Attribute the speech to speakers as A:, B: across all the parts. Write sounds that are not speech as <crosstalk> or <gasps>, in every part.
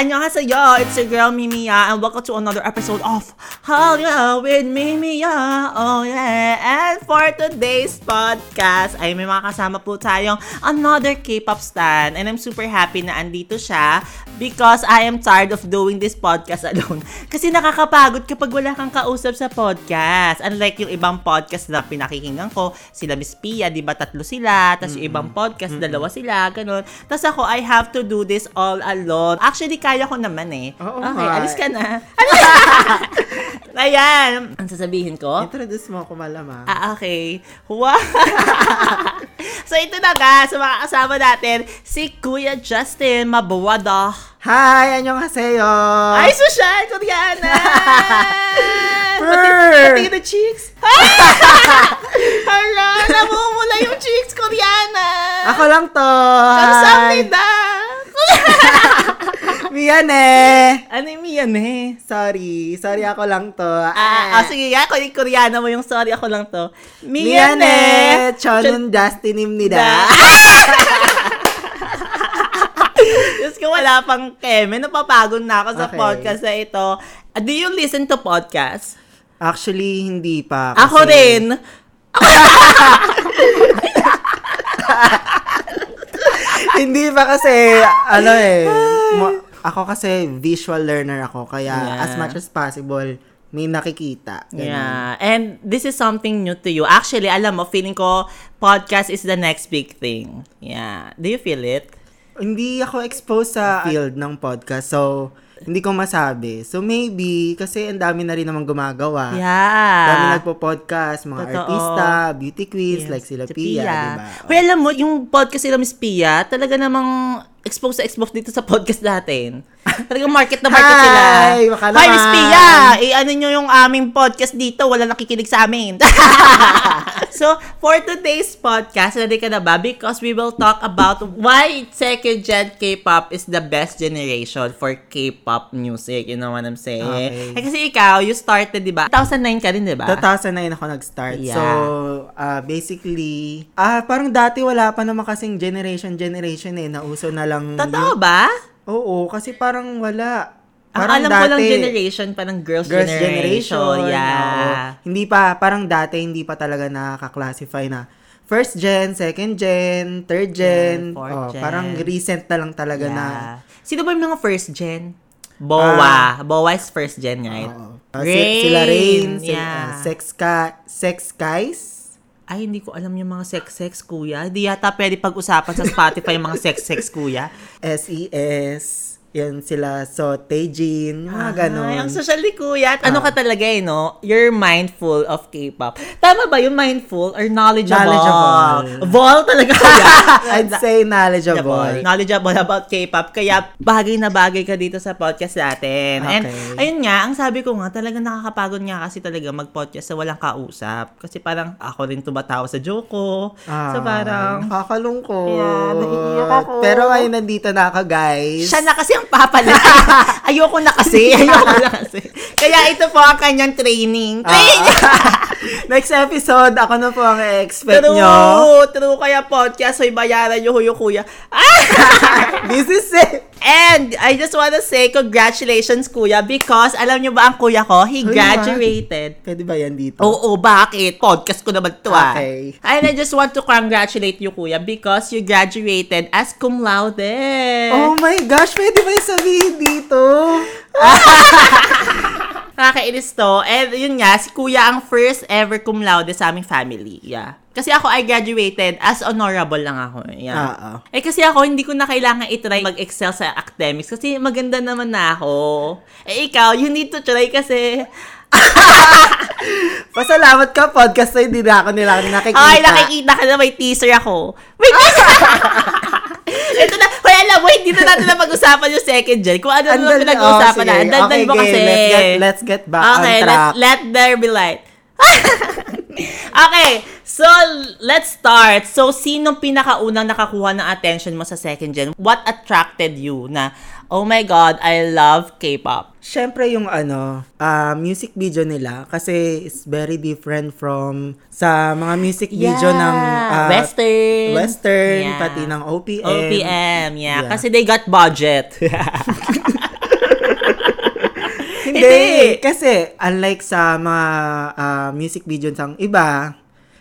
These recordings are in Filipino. A: 안녕하세요. It's your girl Mimiya and welcome to another episode of Halya with Mimiya. Oh yeah. And for today's podcast ay may mga kasama po tayong another K-pop stan and I'm super happy na andito siya because I am tired of doing this podcast alone. <laughs> Kasi nakakapagod kapag wala kang kausap sa podcast. Unlike yung ibang podcast na pinakikinggan ko, sila Miss Pia, di ba tatlo sila, tapos yung ibang podcast, dalawa sila, ganun. Tapos ako, I have to do this all alone. Actually, kaya ko naman eh.
B: Oo
A: okay,
B: nga.
A: alis ka na. <laughs> Ayan! Ang sasabihin ko?
B: Introduce mo ako malama.
A: Ah, okay. Wow! <laughs> so, ito na ga, sa mga kasama natin, si Kuya Justin Mabawada.
B: Hi! Anyong haseyo!
A: Ay, social! <laughs> Koreana!
B: Brr!
A: Pati na <laughs> cheeks! Hala! Namumula yung cheeks, Koreana!
B: Ako lang to!
A: Ah, Ano Kamsahamnida!
B: Miyan
A: <laughs> Ano yung yan eh?
B: Sorry. Sorry ako lang to.
A: Ah, ah, sige, ako yung Koreana mo yung sorry ako lang to.
B: Miyan
A: Miyan eh!
B: Chonun Dastinim
A: Da.
B: nida.
A: <laughs> Diyos ko, wala pang keme. Napapagod na ako sa
B: Okay.
A: podcast na ito. Ah, Do you listen to podcasts?
B: Actually, hindi pa. kasi-
A: Ako rin.
B: <laughs> hindi pa kasi, ano eh. mo- ako kasi visual learner ako. Kaya
A: Yeah.
B: as much as possible, may nakikita. Ganun.
A: Yeah. And this is something new to you. Actually, alam mo, feeling ko podcast is the next big thing. Yeah. Do you feel it?
B: Hindi ako exposed sa field ng podcast. So, hindi ko masabi. So, maybe, kasi ang dami na rin namang gumagawa. Ah, Dami
A: Yeah.
B: nagpo-podcast, mga
A: Totoo.
B: artista, beauty queens,
A: Yes,
B: like sila
A: si
B: Pia, di ba? Oh.
A: Hoy, alam mo, yung podcast nila Miss Pia, talaga namang exposed sa exposed dito sa podcast natin. Talagang market na market
B: <laughs> Hi!
A: sila.
B: Baka
A: Hi, Miss
B: naman.
A: Pia! Eh, ano nyo yung aming podcast dito? Wala nakikinig sa amin. <laughs> so, for today's podcast, ready ka na ba? Because we will talk about why second-gen K-pop is the best generation for K-pop music. You know what I'm saying? Eh,
B: Okay.
A: kasi ikaw, you started, di ba? 2009 ka rin, di ba?
B: 2009 ako nag-start.
A: Yeah.
B: So, ah, basically, ah parang dati wala pa naman kasing generation-generation eh. Nauso na lang.
A: Totoo ba?
B: Oo, kasi parang wala.
A: Ang
B: Parang
A: alam ko lang generation pa ng girls,
B: Girls
A: generation.
B: generation.
A: Yeah.
B: oo. Hindi pa, parang dati hindi pa talaga nakaka-classify na first gen, second gen, third gen.
A: Yeah, fourth
B: oh,
A: gen.
B: Parang recent na lang talaga na.
A: yeah. Sino ba yung mga first gen? Bowa. Bowa is first gen, right?
B: Ah. Oo. Ah, si- sila Rain, si- ah, sex, ka, sex guys.
A: Ay, hindi ko alam yung mga sex-sex, kuya. Hindi yata pwede pag-usapan sa Spotify yung mga sex-sex, kuya.
B: SES, yan E sila, so Taejin, yung mga ganon.
A: Ay, Ah, ang social ni kuya. At
B: Ah.
A: ano ka talaga eh, no? You're mindful of K-pop. Tama ba yung mindful or knowledgeable?
B: Knowledgeable.
A: Vol talaga kuya.
B: I'd say knowledgeable.
A: Knowledgeable about K-pop. Kaya bagay na bagay ka dito sa podcast natin. And
B: Okay.
A: ayun nga, ang sabi ko nga, talaga nakakapagod nga kasi talaga mag-podcast sa walang kausap. Kasi parang ako rin tumatawa sa joke ko.
B: Ah,
A: so parang,
B: Kakalungkot.
A: Yeah, naiiyak ako.
B: Pero ay, nandito na ako, guys.
A: siya na kasi ang
B: <laughs>
A: papala. Ayoko na kasi. Ayoko na kasi. Kaya ito po ang kanyang training.
B: Ah,
A: Training!
B: <laughs> Next episode, ako na po ang expect
A: True!
B: nyo.
A: True kaya podcast. Hoy, bayaran nyo huyo kuya. Ah!
B: <laughs> This is it.
A: And I just wanna say congratulations kuya because alam nyo ba ang kuya ko, he
B: Hoy,
A: graduated.
B: Pwede ba yan dito?
A: Oo, bakit? Podcast ko naman to ah.
B: Okay.
A: And I just want to congratulate you, Kuya, because you graduated as cum laude. eh.
B: Oh my gosh, pwede ba yung sabihin dito?
A: Nakakainis to. And yun nga, si Kuya ang first ever cum laude sa aming family. Yeah. Kasi ako, I graduated as honorable lang ako. Yeah.
B: Oo.
A: Eh kasi ako, hindi ko na kailangan itry mag-excel sa academics kasi maganda naman na ako. Eh ikaw, you need to try kasi
B: Pasalamat ka, podcast na hindi na ako nila nakikita.
A: Ay, nakikita ka na may teaser ako. May teaser!
B: <laughs>
A: Ito na, kaya alam mo, hindi na natin na pag-usapan yung second gen. Kung ano na
B: Ang dal-
A: pinag-uusapan
B: oh,
A: na.
B: sige.
A: Ang dandan
B: Okay,
A: mo
B: game.
A: kasi.
B: Let's get, let's get back
A: okay,
B: on
A: let,
B: track.
A: let there be light. <laughs> okay, so let's start. So, sinong pinakaunang nakakuha ng attention mo sa second gen? What attracted you na, oh my God, I love K-pop?
B: Siyempre yung ano, ah, music video nila kasi it's very different from sa mga music video ng ah,
A: Western.
B: Western,
A: Yeah.
B: pati ng OPM.
A: OPM, yeah.
B: Yeah.
A: Kasi they got budget. Hindi.
B: Kasi, unlike sa mga ah, music videos ang iba,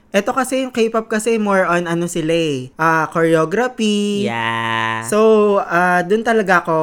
B: eto kasi yung K-pop kasi more on ano sila eh, ah, choreography.
A: Yeah.
B: So, ah, dun talaga ako...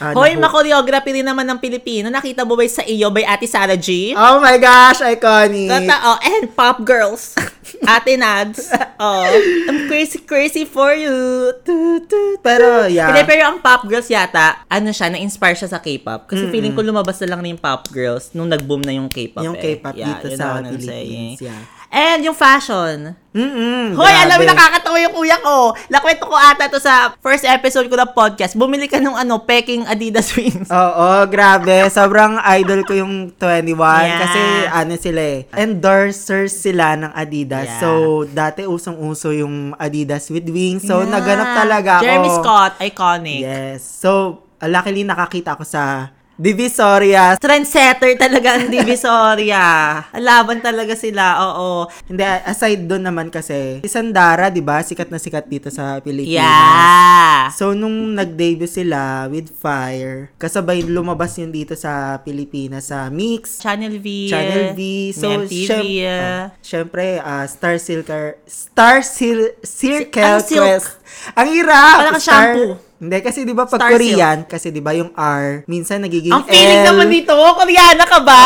B: ah,
A: Hoy,
B: nahook.
A: makoreography rin naman ng Pilipino. Nakita mo ba yung sa iyo by Ate Sara G?
B: Oh my gosh, iconic!
A: Totoo. And Pop
B: <laughs>
A: Girls. Ate Nads. Oh. I'm crazy, crazy for you. Tu, tu, tu.
B: Pero,
A: Hindi,
B: yeah.
A: pero ang Pop Girls yata, ano siya, na-inspire siya sa K-pop. Kasi feeling ko lumabas na lang na yung Pop Girls nung nag-boom na yung K-pop.
B: Yung
A: eh.
B: K-pop
A: Yeah,
B: dito
A: you know
B: sa
A: what I'm
B: Philippines.
A: saying.
B: Yeah.
A: And yung fashion.
B: Mm-mm,
A: Hoy, alam mo,
B: grabe.
A: nakakatawa yung kuya ko. Nakwento ko ata to sa first episode ko ng podcast. Bumili ka ng ano, peking Adidas <laughs> wings.
B: Oo, grabe. Sobrang idol ko yung 21
A: Yeah.
B: kasi ano sila eh. Endorsers sila ng Adidas.
A: Yeah.
B: So, dati usong-uso yung Adidas with wings. So,
A: Yeah.
B: naganap talaga ako.
A: Jeremy Scott, iconic.
B: Yes. So, luckily nakakita ako sa Divisoria.
A: Trendsetter talaga ang
B: <laughs>
A: Divisoria. Laban talaga sila, oo.
B: Hindi, aside doon naman kasi, si Sandara, di ba, sikat na sikat dito sa Pilipinas.
A: Yeah.
B: So, nung nag-debut sila with Fire, kasabay lumabas yun dito sa Pilipinas sa Mix.
A: Channel V.
B: Channel V. So,
A: MTV.
B: syem- ah, syempre, ah, Star Silker, Star Sil- Circle
A: Ang Ano, silk.
B: Quest. Ang hirap!
A: Parang
B: Star-
A: shampoo.
B: Hindi, kasi di ba pag
A: Star
B: Korean, kasi di ba yung R, minsan nagiging
A: Oh. Ang feeling
B: Oh. L.
A: naman dito, Koreana ka ba?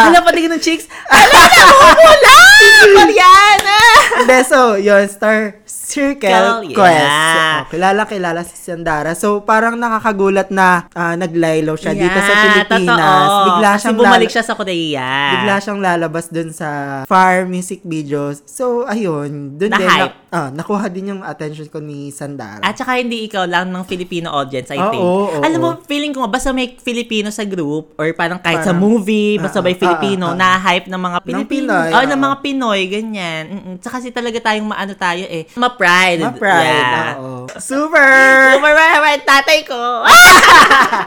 B: <laughs>
A: Alam pa ng chicks? Alam na, wala! Koreana!
B: Hindi, so, yun, Star Circle
A: Circle,
B: Quest.
A: yeah.
B: So, kilala, kilala si Sandara. So, parang nakakagulat na ah, naglaylo siya dito sa Pilipinas.
A: Totoo.
B: Bigla
A: Kasi
B: siyang
A: bumalik
B: lala-
A: siya sa Korea.
B: Bigla siyang lalabas dun sa Far Music Videos. So, ayun. Dun din.
A: Na-hype.
B: ah, nakuha din yung attention ko ni Sandara.
A: At saka hindi ikaw lang ng Filipino audience, I
B: Oo,
A: think.
B: Ah, oo,
A: Alam mo,
B: oo.
A: feeling ko nga, basta may Filipino sa group or parang kahit sa
B: Parang,
A: movie, basta
B: ah,
A: may
B: ah,
A: Filipino,
B: ah, ah.
A: na-hype ng mga Pilipino.
B: Pinoy,
A: oh, ng
B: oo.
A: mga Pinoy, ganyan. Mm-mm. Tsaka kasi talaga tayong maano tayo eh. Ma-pride.
B: Ma-pride.
A: Yeah.
B: ah, oo.
A: <laughs>
B: Super!
A: Super ma-pride tatay ko. <laughs> Ah!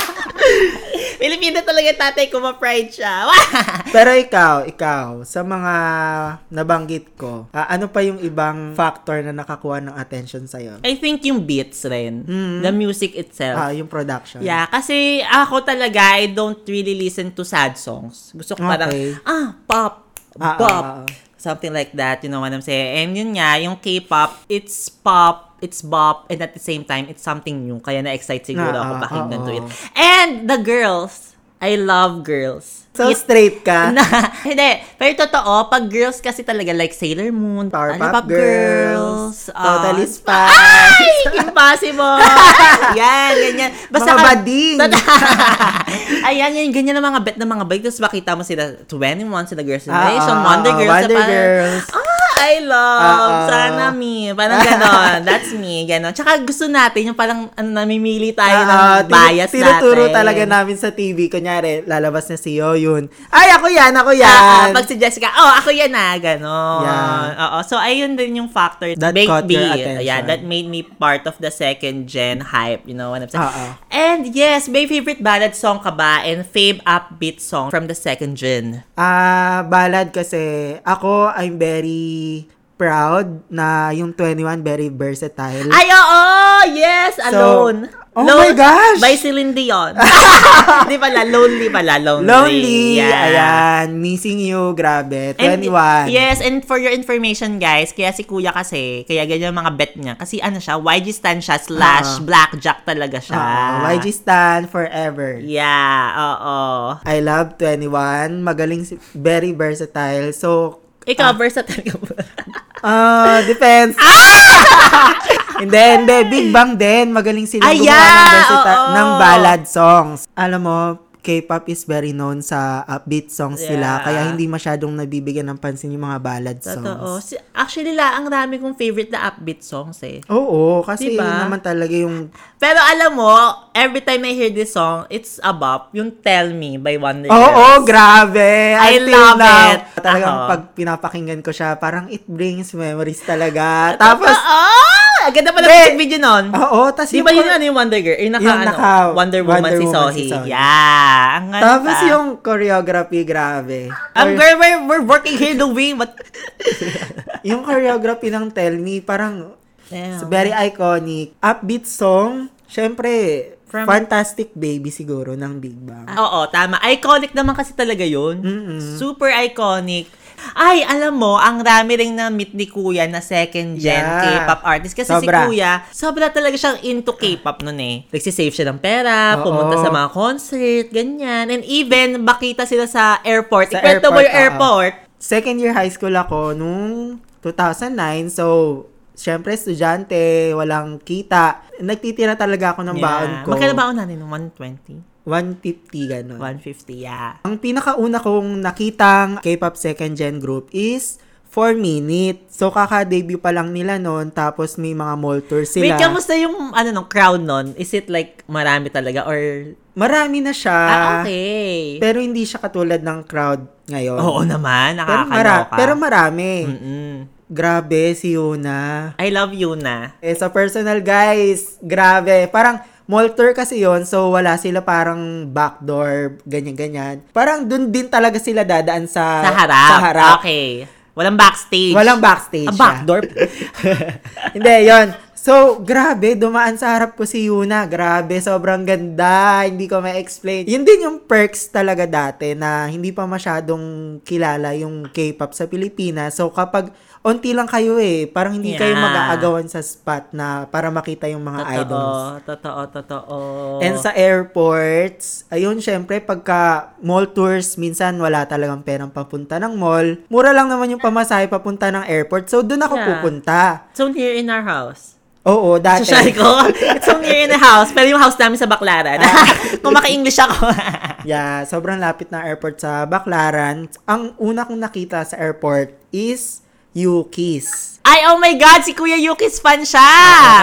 A: Pilipino talaga yung tatay ko, ma-pride siya. <laughs>
B: Pero ikaw, ikaw, sa mga nabanggit ko, ah, ano pa yung ibang factor na nakakuha ng attention sa'yo?
A: I think yung beats rin.
B: Mm-hmm.
A: The music itself.
B: Ah, yung production.
A: Yeah, kasi ako talaga, I don't really listen to sad songs. Gusto ko parang,
B: Okay.
A: ah, pop,
B: Ah, ah,
A: pop,
B: ah, ah.
A: something like that, you know what I'm saying? And yun nga, yung K-pop, it's pop, it's bop, and at the same time, it's something new. Kaya na-excite siguro
B: Ah,
A: ako
B: ah,
A: pakinggan to
B: ah,
A: it.
B: ah.
A: And the girls, I love girls.
B: So, ah.
A: It-
B: straight ka?
A: na, <laughs> hindi. Pero totoo, pag girls kasi talaga, like Sailor Moon,
B: Power
A: ano,
B: Pop Girls, Totally
A: ah,
B: Spies.
A: Ay!
B: <laughs>
A: Impossible! yan, ganyan. Basta
B: Mga
A: ka- Tota-
B: bading.
A: <laughs> Ayan, yan, ganyan ang mga bet ng mga bike. Tapos makita mo sila 21, sila Girls'
B: Ah,
A: Generation,
B: ah,
A: Wonder
B: ah,
A: Girls.
B: Wonder
A: na parang,
B: Girls.
A: Ah, I love.
B: Ah, ah.
A: Sana me. Parang ganon. That's me. Ganon. Tsaka gusto natin yung parang ano, namimili tayo ng
B: Ah, ah, tinu-
A: bias
B: Tinuturo
A: natin.
B: talaga namin sa TV. Kunyari, lalabas na si Yoyun. Ay, ako yan, ako
A: Ah,
B: yan.
A: ah, pag si Jessica, oh, ako yan na, ganon.
B: Yan.
A: Oo, so ayun din yung factor
B: That
A: made
B: caught
A: me,
B: your attention.
A: yeah, that made me part of the second gen hype, you know what I'm saying?
B: Oo.
A: And yes, may favorite ballad song ka ba and fave upbeat song from the second gen?
B: Ah, balad kasi ako I'm very proud na yung 21 very versatile.
A: Ay, oo! Yes! Alone!
B: Oh my gosh!
A: By Celine
B: <laughs>
A: Dion. Di pala, lonely pala. Lonely.
B: Lonely,
A: Yeah.
B: ayan, missing you, grabe, 21.
A: And- yes, and for your information, guys, kaya si Kuya kasi, kaya ganyan ang mga bet niya. Kasi ano siya, YG stan siya slash
B: Ah.
A: blackjack talaga siya.
B: Ah, YG Stan forever.
A: Yeah, oo.
B: I love 21. Magaling, si- very versatile. So,
A: Ikaw, versatile ka
B: <laughs>
A: ba?
B: ah, depends.
A: Ah!
B: <laughs> Hindi, hindi. Big Bang din. Magaling sila
A: Ay,
B: gumawa ng,
A: yeah,
B: versatile,
A: oo.
B: ng ballad songs. Alam mo, K-pop is very known sa upbeat songs
A: Yeah.
B: nila. Kaya hindi masyadong nabibigyan ng pansin yung mga ballad
A: Totoo.
B: songs.
A: Si- Actually, la, ang dami kong favorite na upbeat songs eh.
B: Oo, kasi
A: Diba?
B: yun naman talaga yung...
A: Pero alam mo, every time I hear this song, it's about yung Tell Me by Wonder Girls.
B: Oo, grabe!
A: I
B: Until
A: love
B: now,
A: it.
B: Talagang
A: Ako.
B: pag pinapakinggan ko siya, parang it brings memories talaga.
A: <laughs>
B: Tapos,
A: Oo! Ang ganda pala ng video nun.
B: oo, tas
A: Di ba yun ano yung Wonder Girl? Yung naka,
B: Yung
A: ano,
B: naka-
A: Wonder Woman,
B: Wonder
A: si
B: Woman si
A: Sohee.
B: Sohee.
A: Yeah. Ang ganda.
B: Tapos yung choreography, grabe.
A: Um,
B: Or-
A: girl, we're, we're working here doing
B: <laughs>
A: what?
B: yung choreography ng Tell Me, parang
A: Damn.
B: very iconic. Upbeat song, syempre,
A: From-
B: Fantastic Baby siguro ng Big Bang.
A: Oo, tama. Iconic naman kasi talaga yun. Super iconic. Ay, alam mo, ang dami rin na meet ni Kuya na second gen
B: Yeah.
A: K-pop artist. Kasi si
B: Sobra.
A: Kuya, sobra talaga siyang into K-pop nun eh. Nagsisave siya ng pera,
B: Oo.
A: pumunta sa mga concert, ganyan. And even, bakita sila sa airport.
B: Sa
A: Ikwento mo
B: airport,
A: yung
B: oo.
A: airport.
B: Second year high school ako nung 2009. So, syempre, estudyante, walang kita. Nagtitira talaga ako ng baon ko.
A: Magkano baon natin? 120?
B: 150, ganun.
A: 150, yeah.
B: Ang pinakauna kong nakitang K-pop second gen group is 4 Minute. So, kaka-debut pa lang nila noon. Tapos, may mga mall tour sila.
A: Wait, kamusta yung ano, nung crowd nun? Is it like marami talaga or...
B: Marami na siya.
A: ah, okay.
B: Pero hindi siya katulad ng crowd ngayon.
A: Oo naman,
B: Pero, mara-
A: nakakaloka. Mm.
B: pero marami.
A: Mm-mm.
B: Grabe si Yuna.
A: I love you na.
B: Eh, sa personal, guys, grabe. Parang mall tour kasi yon so wala sila parang backdoor, ganyan-ganyan. Parang dun din talaga sila dadaan sa,
A: Sa harap.
B: Ah, sa harap.
A: Okay. Walang backstage.
B: Walang backstage
A: Ah,
B: siya.
A: backdoor. <laughs>
B: <laughs> Hindi, yon So, grabe, dumaan sa harap ko si Yuna. Grabe, sobrang ganda. Hindi ko ma-explain. Yun din yung perks talaga dati na hindi pa masyadong kilala yung K-pop sa Pilipinas. So, kapag onti lang kayo eh, parang hindi kayo
A: Yeah.
B: mag-aagawan sa spot na para makita yung mga
A: totoo,
B: idols.
A: totoo, totoo.
B: And sa airports, ayun, syempre, pagka mall tours, minsan wala talagang perang papunta ng mall. Mura lang naman yung pamasahe papunta ng airport. So, doon ako
A: Yeah.
B: pupunta.
A: it's so near in our house.
B: Oo, dati.
A: Sasyari ko. <laughs>
B: eh.
A: It's so near in the house. Pero yung house namin sa Baclaran.
B: Ah.
A: <laughs> Kung maka-English ako.
B: <laughs>
A: <laughs>
B: Yeah, sobrang lapit ng airport sa Baclaran. Ang una kong nakita sa airport is Yukis. Oh,
A: Ay, oh my God! Si Kuya Yuki's fan siya!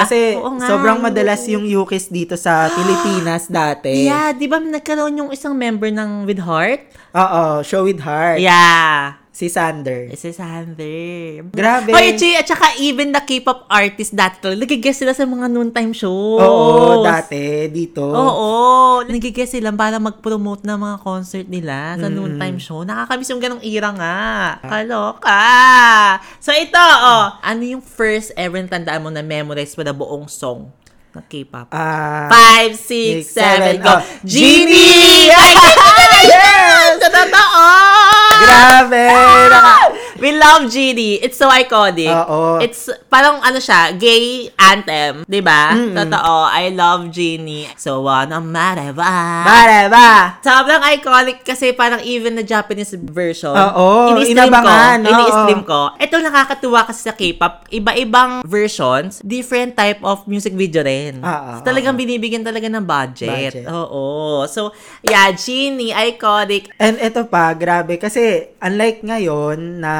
B: Kasi
A: Ah, Oo nga.
B: sobrang eh. madalas yung Yukis
A: <gasps>
B: dito sa Pilipinas dati.
A: Yeah, di ba nagkaroon yung isang member ng With Heart?
B: Oo, Show with Heart.
A: Yeah.
B: Si Sander.
A: This is Hunter.
B: Grabe.
A: Hoy, Chi, at saka even the K-pop artist dati talaga, nagigess sila sa mga noontime shows.
B: Oo, dati dito.
A: Oo, nagigess sila para mag-promote ng mga concert nila sa noontime show. Nakakamiss yung ganong ira nga.
B: Ah.
A: Kaloka! So ito, oh, ano yung first ever na tandaan mo na memorize mo na buong song ng K-pop?
B: Ah,
A: Five, six,
B: six,
A: seven,
B: seven,
A: go!
B: oh.
A: Genie!
B: Genie!
A: Ay, <laughs> yes! Sa totoo! <laughs>
B: grabe! Naka-
A: We love GD. It's so iconic.
B: Oo.
A: It's parang ano siya, gay anthem, 'di ba? Totoo. I love Genie. So wanna mareva.
B: Bare ba?
A: Sobrang iconic kasi parang even na Japanese version.
B: Oo, Ah, oh, inabangan,
A: ko.
B: oo.
A: Ini-stream ko. Ito nakakatuwa kasi sa K-pop, iba-ibang versions, different type of music video rin.
B: Ah, ah,
A: So, talagang binibigyan talaga ng budget.
B: Budget.
A: Oo. So, yeah, Genie, iconic.
B: And ito pa, grabe. Kasi unlike ngayon na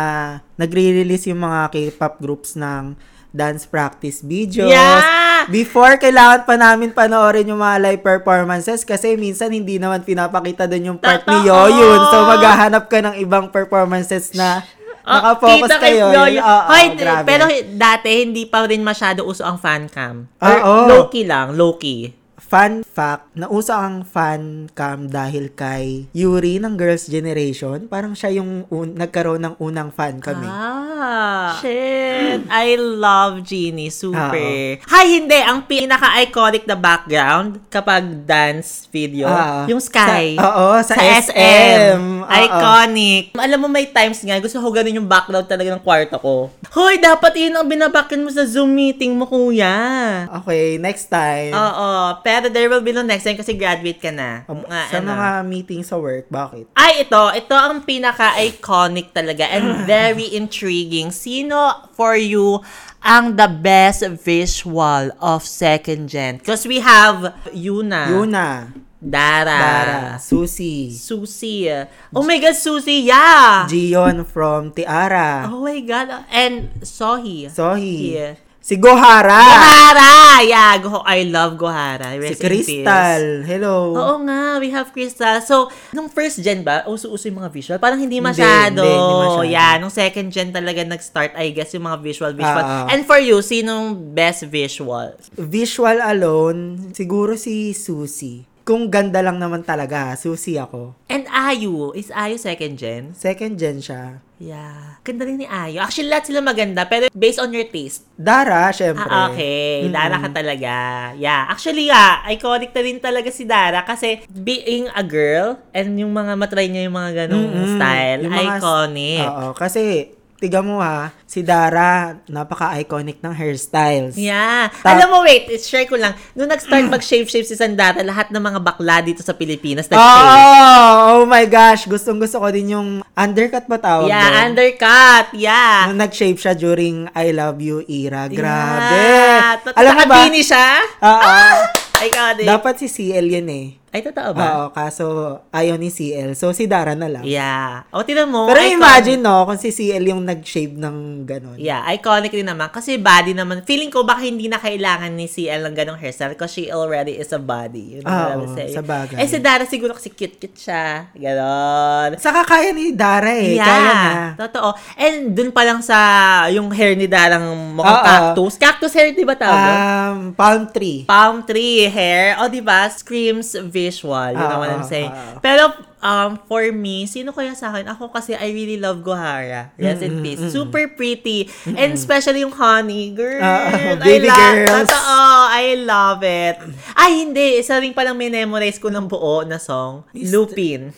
B: nagre-release yung mga K-pop groups ng dance practice videos.
A: Yeah!
B: Before, kailangan pa namin panoorin yung mga live performances kasi minsan hindi naman pinapakita dun yung part ni
A: Totoo!
B: Yoyun. So, maghahanap ka ng ibang performances na
A: Oh,
B: nakapokus
A: kita kay
B: kay Yoyun.
A: Yoyo.
B: Oo,
A: Hoy,
B: grabe.
A: pero dati hindi pa rin masyado uso ang fan cam. Or
B: Ah, Oo.
A: low-key lang, low-key.
B: Fun fact, nauso ang fan cam dahil kay Yuri ng Girls' Generation. Parang siya yung un- nagkaroon ng unang fan cam. eh.
A: Ah, shit. I love Genie. Super.
B: Ah, Oo.
A: Hay, hindi. Ang pinaka-iconic na background kapag dance video,
B: Ah.
A: yung sky.
B: Sa- oo, sa Ah, SM. Oo.
A: Iconic. Alam mo, may times nga, gusto ko ganun yung background talaga ng kwarto ko. Hoy, dapat yun ang binabakin mo sa Zoom meeting mo, kuya.
B: Okay, next time.
A: Oo, pero there will be no next time kasi graduate ka na.
B: Um,
A: Mga
B: sa
A: ano.
B: mga meeting sa work, bakit?
A: Ay, ito. Ito ang pinaka-iconic talaga
B: <laughs>
A: and very intriguing. Sino for you ang the best visual of second gen? Because we have Yuna,
B: Yuna,
A: Dara,
B: Dara, Susie,
A: Susie. Oh my God, Susie, yeah!
B: Gion from Tiara,
A: Ah. oh my God. And Sohi.
B: Sohi,
A: Yeah.
B: si Gohara,
A: Gohara! Yeah, Go- I love Gohara.
B: si
A: Rest in peace. Oh.
B: Crystal. Hello.
A: Oo nga, we have Crystal. So, nung first gen ba, uso-uso yung mga visual? Parang hindi
B: Hindi,
A: masyado.
B: hindi, hindi masyado.
A: Yeah, nung second gen talaga nag-start, I guess, yung mga visual visual.
B: Ah, ah.
A: And for you, sinong best visual?
B: Visual alone, siguro si Susie. Kung ganda lang naman talaga, Susie ako.
A: And Ayu, is Ayu second gen?
B: Second gen siya.
A: Yeah. Ganda rin ni Ayo. Actually, lahat sila maganda, pero based on your taste.
B: Dara, syempre.
A: Ah, okay. Dara ka talaga. Yeah. Actually, yeah, iconic na rin talaga si Dara kasi being a girl and yung mga matry niya yung mga ganong
B: Mm-mm.
A: style,
B: Mm, Yung mga-
A: iconic.
B: Oo, kasi, tiga mo ha, si Dara, napaka-iconic ng hairstyles.
A: Yeah.
B: Ta-
A: Alam mo, wait, share ko lang. Nung
B: <clears throat>
A: nag-start mag-shave-shave si Sandata, lahat ng mga bakla dito sa Pilipinas nag-shave.
B: Ah, Oh, oh my gosh. Gustong gusto ko din yung undercut ba tawag
A: yeah,
B: doon?
A: undercut. Yeah.
B: Nung nag-shape siya during I Love You era. Grabe.
A: Yeah. Tot-
B: Alam mo ba?
A: nakabini siya?
B: Oo.
A: Ah, Iconic.
B: dapat si CL yan eh.
A: Ay, totoo ba?
B: Oo, kaso ayaw ni CL. So, si Dara na lang.
A: Diba? Yeah. O, tinan mo.
B: Pero
A: iconic.
B: imagine, no, kung si CL yung nag-shape ng ganun.
A: Yeah, iconic din naman. Kasi body naman. Feeling ko baka hindi na kailangan ni CL ng ganong hairstyle because she already is a body. You know what I'm
B: Oo,
A: saying?
B: sa bagay.
A: Eh, si Dara siguro kasi cute-cute siya. Ganon.
B: Saka kaya ni Dara eh.
A: yeah,
B: Kaya na.
A: totoo. And dun pa lang sa yung hair ni Darang mukhang
B: Oo.
A: cactus. Cactus hair, di ba tawag?
B: Um, palm tree.
A: Palm tree hair. O, di ba? Screams visual. You know
B: Oo,
A: what I'm saying?
B: oo.
A: Pero, um, for me, sino kaya sa akin? Ako kasi, I really love Gohara. Rest in peace. Super pretty. And especially yung honey. Girl,
B: Oo,
A: I
B: Ah, <laughs> baby
A: love
B: girls.
A: Totoo, I love it. Ay, hindi. Isa rin palang memorize ko ng buo na song. Lupin.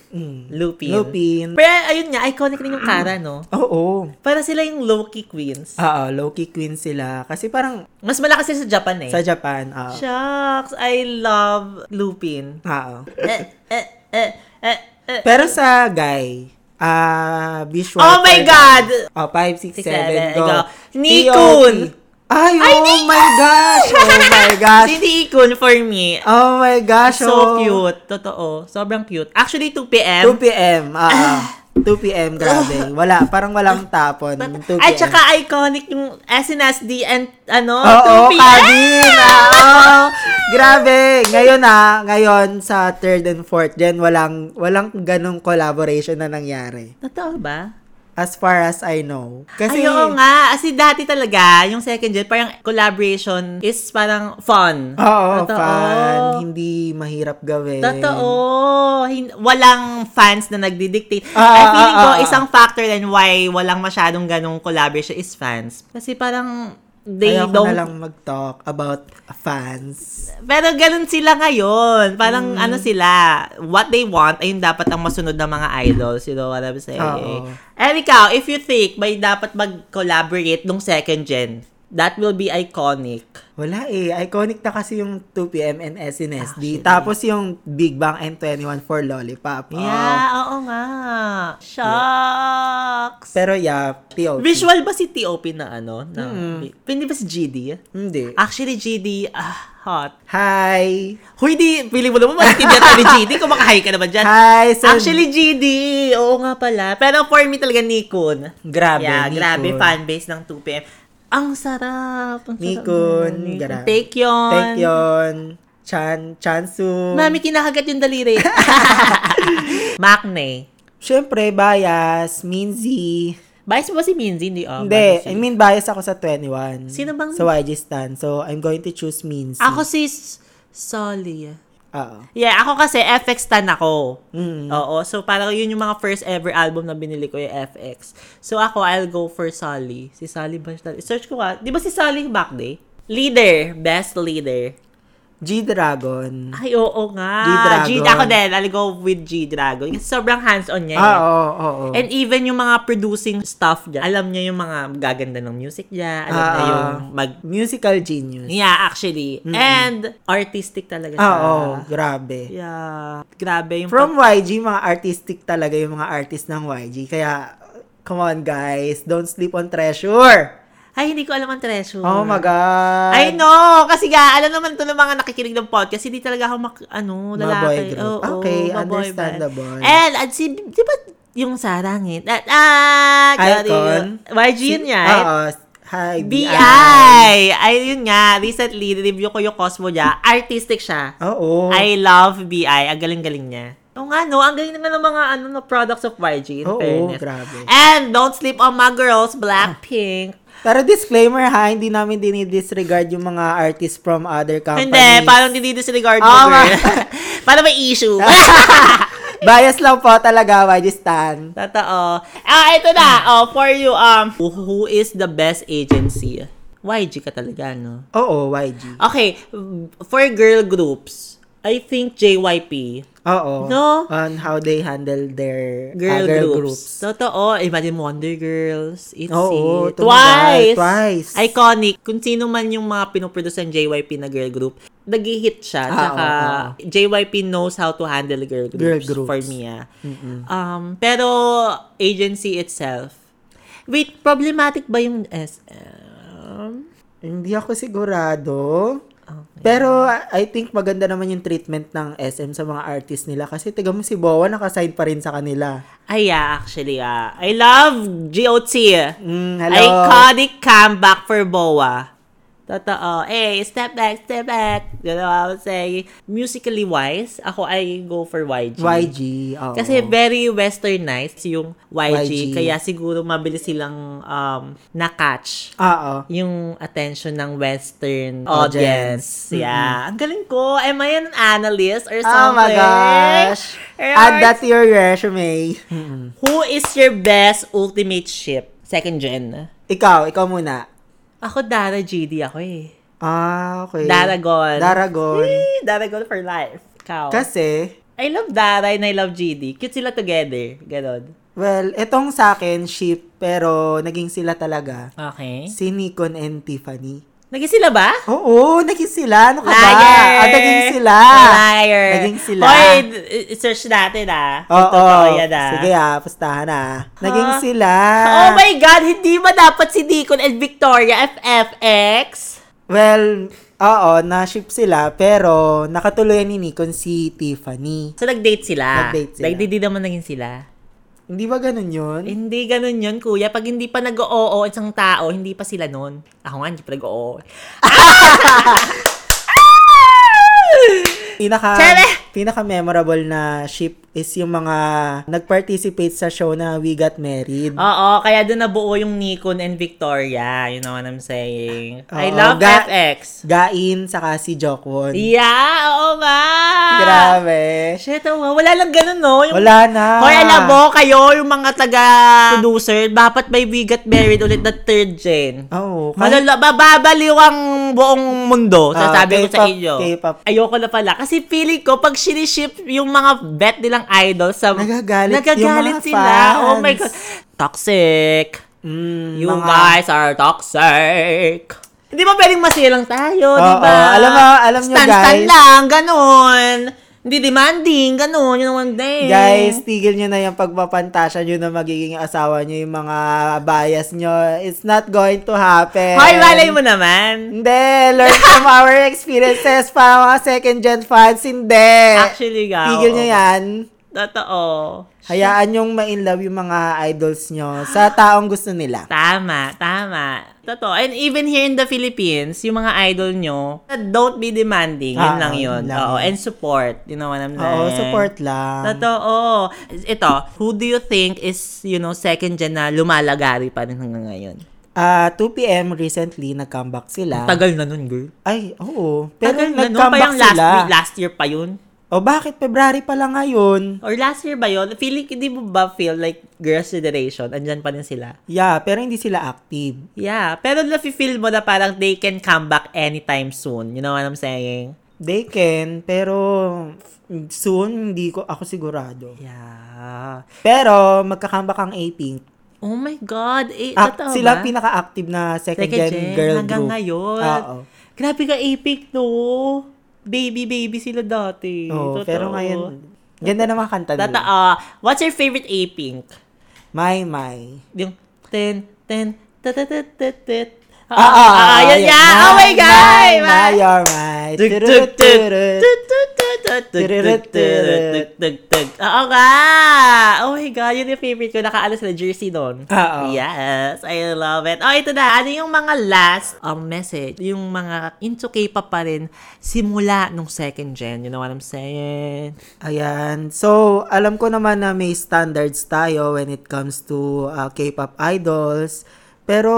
A: Lupin.
B: mm. Lupin.
A: Pero ayun nga, iconic rin yung Kara, no?
B: Oo.
A: Para sila yung low-key queens.
B: Oo, low-key queen sila. Kasi parang
A: Mas malakas sila sa Japan eh.
B: sa Japan, ah, oo.
A: Shucks, I love Lupin.
B: Oo.
A: Eh, eh, eh, eh, eh.
B: ah, Pero sa guy, ah, visual.
A: Oh my God!
B: Oh, 5, 6,
A: Six, seven,
B: 7, go.
A: go. Nikun!
B: Nikon! Ay, oh my gosh! Oh
A: <laughs>
B: my gosh!
A: Si Nikon for me.
B: Oh my gosh!
A: So
B: oh.
A: cute. Totoo. Sobrang cute. Actually, 2 p.m.
B: 2 p.m. Ah, ah. 2 p.m.
A: <laughs>
B: Grabe. Wala. Parang walang tapon. 2 p.m.
A: At saka iconic yung SNSD and ano,
B: Oo,
A: 2 p.m.
B: Kabin! Oo! Grabe! Ngayon ah, ngayon sa third and fourth gen, walang, walang ganong collaboration na nangyari.
A: Totoo ba?
B: As far as I know.
A: Ay,
B: Kasi,
A: oo nga. Kasi dati talaga, yung second gen, parang collaboration is parang fun.
B: Oo,
A: Totoo.
B: fan. Hindi mahirap gawin.
A: Totoo. Hin- walang fans na nagdi-dictate.
B: Ah,
A: I feeling
B: ah,
A: ko,
B: ah, ah.
A: isang factor din why walang masyadong ganong collaboration is fans. Kasi parang they
B: Ayaw ko
A: don't...
B: na lang mag-talk about fans.
A: Pero ganun sila ngayon.
B: Mm.
A: Parang ano sila, what they want, ayun dapat ang masunod ng mga idols. You know what I'm saying?
B: Oo.
A: And ikaw, if you think may dapat mag-collaborate nung second gen, that will be iconic.
B: Wala eh. Iconic na kasi yung 2PM and SNSD. Tapos yung Big Bang and 21 for Lollipop. Oh.
A: Yeah, oo nga. Shocks!
B: Pero yeah, TLC.
A: Visual ba si TOP na ano? Na,
B: Hmm.
A: Hindi ba si GD?
B: Hindi.
A: Actually, GD, ah, hot.
B: Hi!
A: Huy, di, pili mo naman maintindihan tayo ni GD. Kung makahay ka naman dyan.
B: <laughs> Hi! So,
A: Actually, GD. Oo nga pala. Pero for me talaga, Nikon.
B: Grabe,
A: Yeah,
B: Nikon.
A: grabe fanbase ng 2PM. Ang sarap. Ang sarap
B: Nikon,
A: naman, Nikon.
B: grabe.
A: Take yun.
B: Take yun. Chan, Chansu.
A: Mami, kinakagat yung
B: <laughs>
A: daliri. Makne.
B: Siyempre, bias. Minzy.
A: Bias mo ba si Minzy? Hindi, oh,
B: Hindi.
A: bias
B: I
A: yun.
B: mean, bias ako sa 21.
A: Sino bang- Ah.
B: Sa YG stan. So, I'm going to choose Minzy.
A: Ako si S- Solly.
B: Oo.
A: Yeah, ako kasi FX stan ako.
B: Mm-hmm.
A: Oo, so parang yun yung mga first ever album na binili ko yung FX. So ako, I'll go for Sally. Si Sally ba? Search ko ka. Di ba si Sally back day? Leader. Best leader.
B: G-Dragon.
A: Ay, oo nga.
B: G-Dragon.
A: G, ako din. I'll go with G-Dragon. Kasi sobrang hands-on niya. eh.
B: Ah, oo, oo, oo.
A: And even yung mga producing stuff niya, alam niya yung mga gaganda ng music niya. Alam niya
B: Ah,
A: yung
B: ah.
A: mag...
B: Musical genius.
A: Yeah, actually. And artistic talaga siya.
B: Ah, Oo, grabe.
A: Yeah. Grabe yung...
B: From YG, mga artistic talaga yung mga artist ng YG. Kaya, come on guys, don't sleep on treasure.
A: Ay, hindi ko alam ang treasure.
B: Oh my God.
A: I know! Kasi nga, alam naman to ng mga nakikinig ng podcast, hindi talaga ako mak, ano,
B: Mga boy
A: lalaki.
B: group.
A: Oo,
B: Okay,
A: mga boy band.
B: understandable.
A: And, at si, di ba yung sarangin? At, ah, got it.
B: Icon.
A: YG yun eh. niya.
B: Oo. Hi,
A: BI. Ay, yun nga. Recently, review ko yung Cosmo niya. Artistic siya.
B: Oo.
A: I love BI. Ang galing-galing niya. Oo nga, no? Ang galing naman ng mga ano, no, products of YG, in
B: Oo,
A: fairness.
B: grabe.
A: And don't sleep on my girls, Blackpink.
B: Pero disclaimer ha, hindi namin dinidisregard yung mga artists from other companies.
A: Hindi, eh. <laughs> parang hindi disregard mo,
B: Oo nga. Ah.
A: girl. parang may issue.
B: <laughs> Bias lang po talaga, YG Stan.
A: <laughs> Totoo. Ah, ito na. Oh, for you, um, who- who is the best agency? YG ka talaga, no?
B: Oo, YG.
A: Okay, for girl groups, I think JYP.
B: Oo.
A: No?
B: On how they handle their ah,
A: Girl,
B: girl
A: groups. Totoo. Imagine Wonder Girls, ITZY,
B: Oo,
A: Twice.
B: tumibay. Twice.
A: Iconic. Kung sino man yung mga pinuproduce ng JYP na girl group, nag-hit siya.
B: Ah,
A: Tsaka,
B: oo,
A: JYP knows how to handle girl groups,
B: Girl groups.
A: for me. Ah. Um, pero, agency itself. Wait, problematic ba yung SM?
B: Hindi ako sigurado. Pero ah, I think maganda naman yung treatment ng SM sa mga artist nila kasi tiga mo si Bowa nakasign pa rin sa kanila.
A: Ay, yeah, actually, ah. I love GOT.
B: Mm, hello.
A: Iconic comeback for BOA. Totoo. Hey, step back, step back. You know what I'm saying? Musically wise, ako ay go for YG.
B: YG. oo.
A: Kasi very westernized yung YG,
B: YG.
A: Kaya siguro mabilis silang um, na-catch
B: Oo.
A: yung attention ng western audience.
B: Audience.
A: Yeah. Ang galing ko. Am I an analyst or
B: Oh my
A: something?
B: gosh.
A: Or-
B: Add that to your resume.
A: Who is your best ultimate ship? Second gen.
B: Ikaw, ikaw muna.
A: Ako Dara GD ako eh.
B: Ah, okay.
A: Daragon.
B: Daragon.
A: Eh, Daragon for life. Ikaw.
B: Kasi,
A: I love Dara and I love GD. Cute sila together. Ganon.
B: well, etong sa akin, ship, pero naging sila talaga.
A: Okay.
B: Si Nikon and Tiffany.
A: Naging sila ba?
B: Oo, naging sila. Ano ka ba?
A: Liar!
B: Ah, naging sila.
A: Liar!
B: Naging sila.
A: Hoy, i- i- search natin ah. Kung
B: Oo.
A: totoo yan ah.
B: Sige ah, pustahan ah. Naging
A: Huh?
B: sila.
A: Oh my God! Hindi ba dapat si Deacon and Victoria FFX?
B: Well, oo, na-ship sila, pero nakatuloy ni Nikon si Tiffany.
A: So, nag-date sila.
B: Nag-date sila.
A: Like, hindi naman naging sila.
B: Hindi ba ganun yun?
A: Hindi ganun yun, kuya. Pag hindi pa nag-oo isang tao, hindi pa sila nun. Ako nga, hindi pa nag-oo.
B: Pinaka,
A: Siyempre!
B: pinaka-memorable na ship is yung mga nag-participate sa show na We Got Married.
A: Oo, kaya doon nabuo yung Nikon and Victoria. You know what I'm saying? I
B: Oo,
A: love
B: ga-
A: FX.
B: Gain, saka si Jokwon.
A: Yeah, oo nga.
B: Grabe.
A: Shit, oo nga. Wala lang ganun, no? Yung,
B: Wala na.
A: Hoy, alam mo, kayo, yung mga taga-producer, dapat may We Got Married ulit na third gen.
B: Oo. Oh, kahit-
A: Malala, bababaliw ang buong mundo,
B: Ah,
A: sasabi ko sa
B: K-pop,
A: inyo.
B: K-pop.
A: Ayoko na pala. Kasi feeling ko, pag siniship yung mga bet nilang idol sa...
B: Nagagalit yung
A: nagagalit
B: mga
A: sila. Oh my
B: fans.
A: God. Toxic.
B: Mm,
A: You
B: mga-
A: guys are toxic. Hindi ba pwedeng masilang tayo,
B: Oo,
A: di ba?
B: alam mo, alam nyo,
A: Stand-stand
B: guys.
A: lang, ganun. Hindi demanding, ganun. Yun ang one day.
B: Guys, tigil nyo na yung pagpapantasya nyo na magiging asawa nyo yung mga bias nyo. It's not going to happen.
A: Hoy, balay mo naman.
B: Hindi, learn from
A: <laughs>
B: our experiences para mga second gen fans. Hindi.
A: Actually, nga. oo.
B: tigil eh, nyo yan.
A: Totoo.
B: Hayaan yung ma-inlove yung mga idols nyo sa taong gusto nila.
A: Tama, tama. Totoo. And even here in the Philippines, yung mga idol nyo, don't be demanding. Yun
B: Ah,
A: lang yun.
B: yun lang
A: Oo.
B: yun.
A: And support. You know what I'm saying?
B: Oo, support lang.
A: Totoo. Ito, who do you think is, you know, second gen na lumalagari pa rin hanggang ngayon?
B: Ah, 2pm recently, nag-comeback sila.
A: Tagal na nun, girl.
B: Ay, oo. Ah. Pero
A: Tagal na nun. Pa
B: nag-comeback
A: yung last,
B: sila.
A: week, last year pa yun.
B: O bakit February pa lang ngayon?
A: Or last year ba yun? Feeling, hindi mo ba feel like Girls' Generation? Andyan pa rin sila.
B: Yeah, pero hindi sila active.
A: Yeah, pero nafe-feel mo na parang they can come back anytime soon. You know what I'm saying?
B: They can, pero soon hindi ko ako sigurado.
A: Yeah.
B: Pero magkakambak ang A-Pink.
A: Oh my God. Eh,
B: Ac-
A: totoo
B: sila
A: ba?
B: pinaka-active na second,
A: Second
B: gen, girl
A: hanggang
B: group. Ah, oh.
A: ngayon.
B: Oo.
A: Grabe ka, epic no. Baby, baby sila dati.
B: Oo,
A: Totoo.
B: pero ngayon, ganda naman kanta nila.
A: Totoo. What's your favorite A-Pink?
B: My, my.
A: Yung, ten, ten, tatatatit. Ah, ah,
B: Ah, ah,
A: ah,
B: ah,
A: yun
B: yun.
A: yan. Oh my God!
B: My, my, you're my.
A: Tug, tug, tug.
B: Tururut.
A: Tug, tug, tug, tug, tug, tug, tug, tug, tug, tug. Oo nga! Oh my God, yun yung favorite ko. Nakaalas na jersey doon.
B: Ah, Oo.
A: Yes, I love it. Oh, ito na. Ano yung mga last um, message? Yung mga into K-pop pa rin simula nung second gen. You know what I'm saying?
B: Ayan. So, alam ko naman na may standards tayo when it comes to uh, K-pop idols. Pero,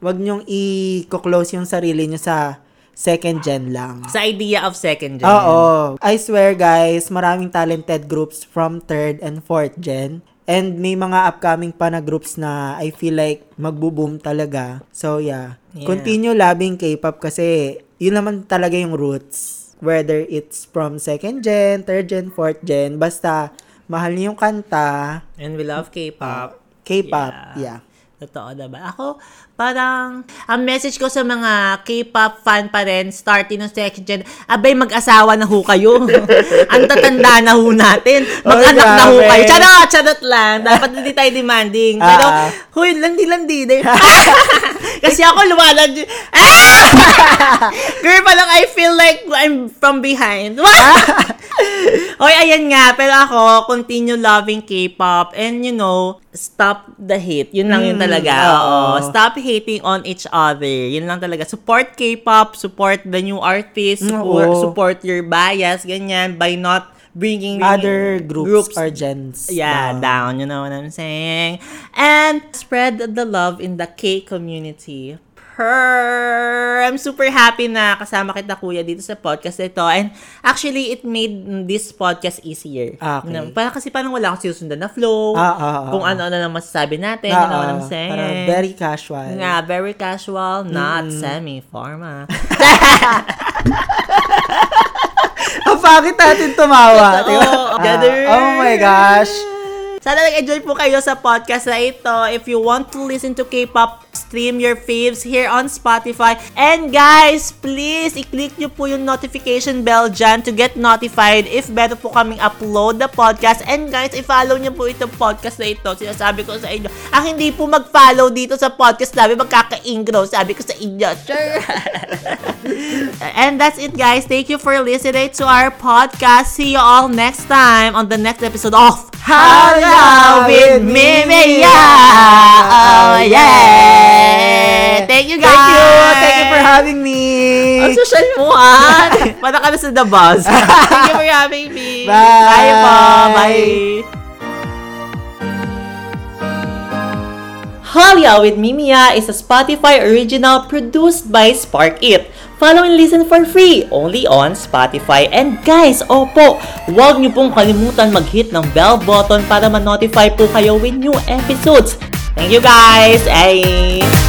B: wag niyong i-close yung sarili niyo sa second gen lang.
A: Sa idea of second gen.
B: Ah, Oo. I swear guys, maraming talented groups from third and fourth gen. And may mga upcoming pa na groups na I feel like magbo-boom talaga. So yeah.
A: Yeah.
B: Continue loving K-pop kasi yun naman talaga yung roots. Whether it's from second gen, third gen, fourth gen, basta mahal niyo yung kanta,
A: And we love K-pop.
B: K-pop,
A: Yeah.
B: yeah.
A: Totoo naman. Ako, parang, ang message ko sa mga K-pop fan pa rin, starting ng second gen, abay, mag-asawa na ho
B: <laughs>
A: kayo. ang tatanda na ho natin. Mag-anak na ho
B: grabe.
A: kayo. Charot! Charot lang. Dapat hindi tayo demanding. Pero,
B: Ah.
A: huy, landi-landi.
B: <laughs>
A: din. <laughs> Kasi ako lumalandi. Girl, parang I feel like I'm from behind. <laughs>
B: Ah.
A: Hoy, ayan nga. Pero ako, continue loving K-pop and you know, stop the hate. Yun lang yun talaga.
B: Mm, oo.
A: Oo. Stop hating on each other. Yun lang talaga. Support K-pop, support the new artists, support,
B: Mm, Oo.
A: support your bias, ganyan, by not bringing
B: Other groups, or gens. Ah.
A: yeah,
B: down.
A: down. You know what I'm saying? And spread the love in the K community. Purr! I'm super happy na kasama kita kuya dito sa podcast na ito. And actually, it made this podcast easier.
B: Ah, Okay.
A: You know, parang kasi parang wala akong sinusundan na flow.
B: Ah, ah, ah,
A: kung
B: ah.
A: ano-ano lang masasabi natin. you know what I'm saying?
B: Parang very casual.
A: Yeah, very casual, not semi-formal.
B: Ah, bakit natin tumawa?
A: Totoo.
B: Diba?
A: Together.
B: Ah, oh my gosh.
A: Sana nag-enjoy po kayo sa podcast na ito. If you want to listen to K-pop, stream your faves here on Spotify. And guys, please, i-click nyo po yung notification bell dyan to get notified if better po kaming upload the podcast. And guys, i-follow nyo po itong podcast na ito. Sinasabi ko sa inyo, ang hindi po mag-follow dito sa podcast namin, magkaka-ingro. Sabi ko sa inyo, sure. And that's it, guys. Thank you for listening to our podcast. See you all next time on the next episode of How Love with Mimi. Yeah. Oh, yeah. Thank you, guys.
B: Thank you. Thank you for having me.
A: Ang social mo, <laughs> ah. Para ka na sa The Buzz. Thank you for having me.
B: Bye.
A: Bye, po. Bye. Halya with Mimiya is a Spotify original produced by Spark It. Follow and listen for free only on Spotify. And guys, opo, huwag niyo pong kalimutan mag-hit ng bell button para ma-notify po kayo with new episodes. Thank you guys! Ay!